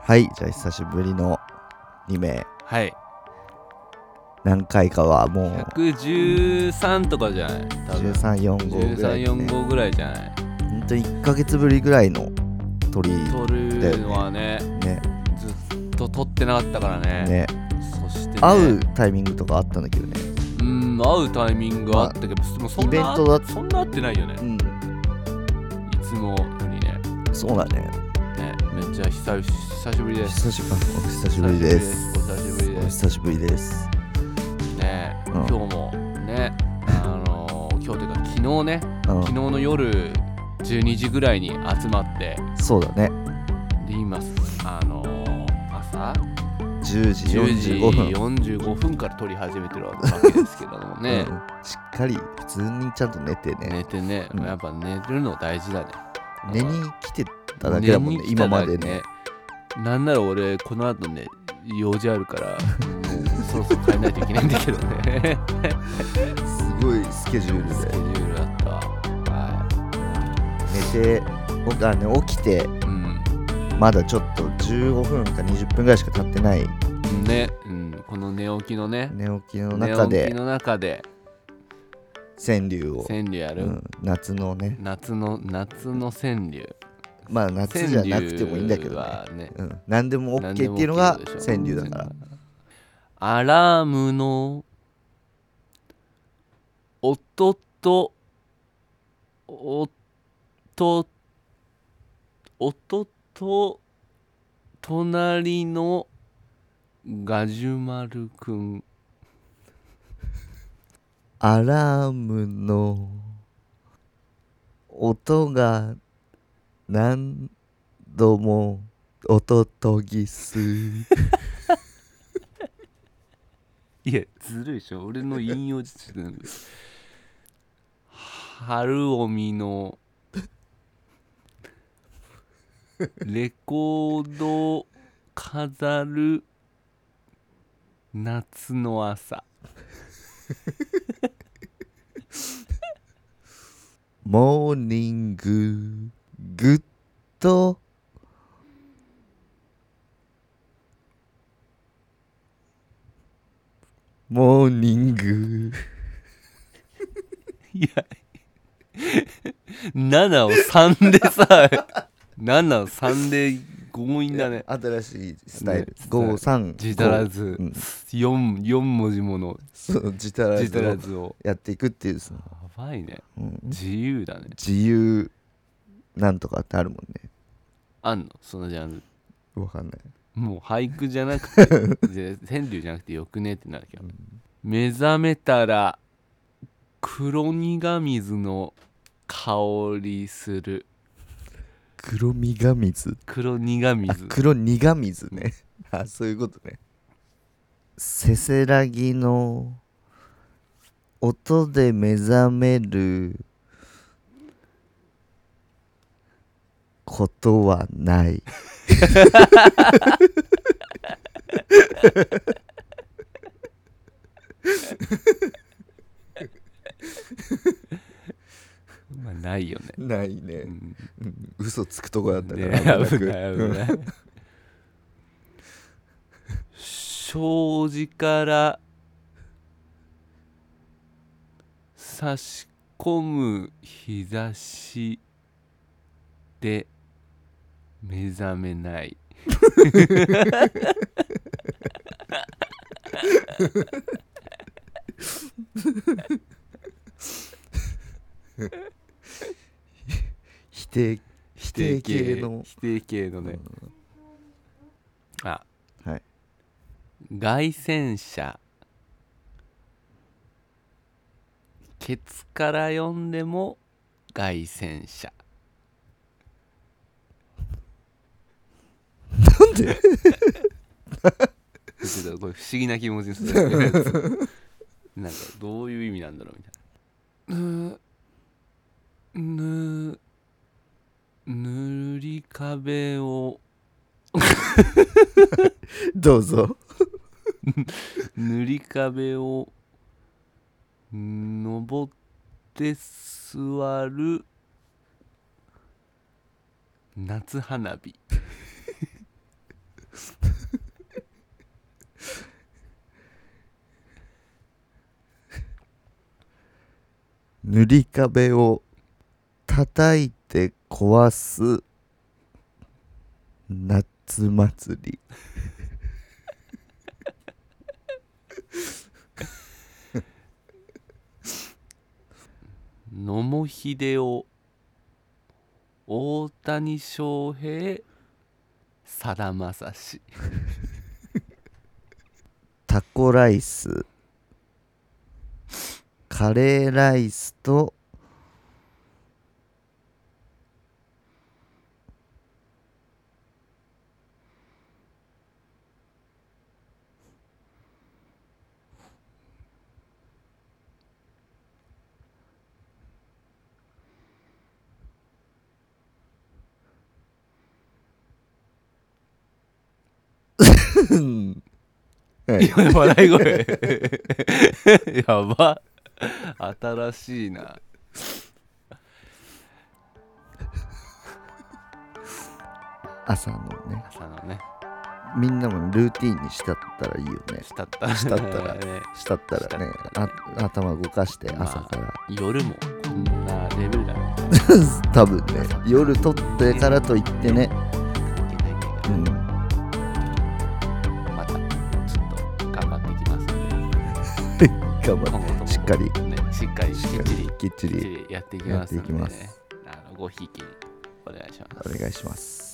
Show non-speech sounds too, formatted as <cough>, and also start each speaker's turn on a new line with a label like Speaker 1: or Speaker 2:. Speaker 1: はいじゃあ久しぶりの2名
Speaker 2: はい
Speaker 1: 何回かはもう
Speaker 2: 113とかじゃない多分
Speaker 1: 1345ぐらいですね
Speaker 2: 1345ぐらいじゃない
Speaker 1: 本当に1ヶ月ぶりぐらいの鳥
Speaker 2: 撮るのはね
Speaker 1: ね
Speaker 2: ずっと撮ってなかったから
Speaker 1: ね
Speaker 2: ねそして、ね、
Speaker 1: 会うタイミングとかあったんだけどね
Speaker 2: うん会うタイミングはあったけど、でもそんな
Speaker 1: イベントだ
Speaker 2: そんな会ってないよね
Speaker 1: うん
Speaker 2: いつもよりね
Speaker 1: そうだね
Speaker 2: ねめっちゃ久々久しぶりです
Speaker 1: 久しぶりお久しぶりです
Speaker 2: お久しぶり
Speaker 1: お
Speaker 2: です
Speaker 1: 久しぶりです
Speaker 2: ね、
Speaker 1: うん
Speaker 2: 今日もねあのー今日というか昨日ね
Speaker 1: うん
Speaker 2: 昨日の夜12時ぐらいに集まって
Speaker 1: そうだね
Speaker 2: で今あのー朝
Speaker 1: 10時
Speaker 2: 10時
Speaker 1: 45分
Speaker 2: 45分から撮り始めてるわけですけどもね
Speaker 1: うんしっかり普通にちゃんと寝てね
Speaker 2: 寝てね、
Speaker 1: うん
Speaker 2: やっぱ寝るの大事だね
Speaker 1: 寝に来てただけだもんね
Speaker 2: 寝に来
Speaker 1: 今
Speaker 2: た
Speaker 1: ま
Speaker 2: だけ
Speaker 1: でね
Speaker 2: なんなら俺この後ね用事あるからもうそろそろ帰んないといけないんだけどね
Speaker 1: すごいスケジュー
Speaker 2: ス
Speaker 1: ル
Speaker 2: ケジ
Speaker 1: で
Speaker 2: ュールあったわは
Speaker 1: 寝ておあ、ね、起きて
Speaker 2: いうん
Speaker 1: まだちょっと15分か20分ぐらいしか経ってない
Speaker 2: ね、うん、この寝起きのね
Speaker 1: 寝起きの中
Speaker 2: 寝起き
Speaker 1: で
Speaker 2: の中で
Speaker 1: 川柳を、
Speaker 2: 川柳や
Speaker 1: う
Speaker 2: る、
Speaker 1: ん、夏のね
Speaker 2: 夏の夏の川柳
Speaker 1: まあ夏じゃなくてもいいんだけどね
Speaker 2: 川、柳はね
Speaker 1: うん、何でも OK
Speaker 2: 何
Speaker 1: っ
Speaker 2: で
Speaker 1: て
Speaker 2: も
Speaker 1: いうのが
Speaker 2: OK でしょ
Speaker 1: 川柳だから
Speaker 2: アラームの音と音と音と隣のガジュマルくん
Speaker 1: アラームの音が何度も音とぎす
Speaker 2: いやずるいでしょ俺の引用自体なんだけど春臣のレコードを飾る夏の朝
Speaker 1: モーニンググッドモーニング
Speaker 2: いや7を3でさ7を3で強引だね
Speaker 1: 新しいスタイル
Speaker 2: ね
Speaker 1: 53
Speaker 2: 自足らず
Speaker 1: うん
Speaker 2: 4, 4文字もの
Speaker 1: そう自足ら
Speaker 2: 自足ら
Speaker 1: ずを
Speaker 2: ずを
Speaker 1: やっていくっていうその、
Speaker 2: やばいね
Speaker 1: うん
Speaker 2: 自由だね
Speaker 1: 自由なんとかってあるもんね
Speaker 2: あんのそのジャンル
Speaker 1: わかんない
Speaker 2: もう俳句じゃなくてで川柳じゃなくてよくねってなるけど、目覚めたら黒苦水の香りする
Speaker 1: 黒みが水
Speaker 2: 黒苦
Speaker 1: あ
Speaker 2: 水
Speaker 1: 黒苦水ねあそういうことねせせらぎの音で目覚めることはない
Speaker 2: まあないよね、
Speaker 1: ない
Speaker 2: うん
Speaker 1: ね、
Speaker 2: ね
Speaker 1: うん、嘘つくとこだった
Speaker 2: 危
Speaker 1: から
Speaker 2: ない
Speaker 1: 危な
Speaker 2: 危
Speaker 1: くうん
Speaker 2: ない障子から差し込む日差しで目覚めない
Speaker 1: 否定否定系の
Speaker 2: 否定系のね、あ
Speaker 1: はい
Speaker 2: 凱旋車ケツから読んでも凱旋車
Speaker 1: なん
Speaker 2: <laughs>
Speaker 1: で
Speaker 2: ちょっとこれ不思議な気持ちにするなんかどういう意味なんだろうみたいなぬぬぬり壁を
Speaker 1: どうぞ
Speaker 2: 塗り壁を登って座る夏花火
Speaker 1: 塗り壁を叩いて壊す夏祭り
Speaker 2: 野茂英雄大谷翔平さだまさし
Speaker 1: タコライスカレーライスとはい
Speaker 2: 今の <laughs> 笑い声 <laughs> やば新しいな
Speaker 1: 朝のね
Speaker 2: 朝のね
Speaker 1: みんなもルーティンにしたったらいいよね
Speaker 2: したったら
Speaker 1: したったら
Speaker 2: <laughs> ね
Speaker 1: したったらねあ頭動かして朝から、
Speaker 2: 夜もこんなレベルだね
Speaker 1: 多分ね夜撮ってからといってね
Speaker 2: いけないけど
Speaker 1: うん
Speaker 2: またちょっと頑張っていきますので
Speaker 1: 頑張
Speaker 2: 今後
Speaker 1: っ
Speaker 2: とも
Speaker 1: てしっかり
Speaker 2: ねしっかりきっちり
Speaker 1: きっち
Speaker 2: きっち
Speaker 1: り
Speaker 2: りやっていきますので、
Speaker 1: やっ
Speaker 2: ね
Speaker 1: ていきます、
Speaker 2: あのごひいきにお願いします
Speaker 1: お願いします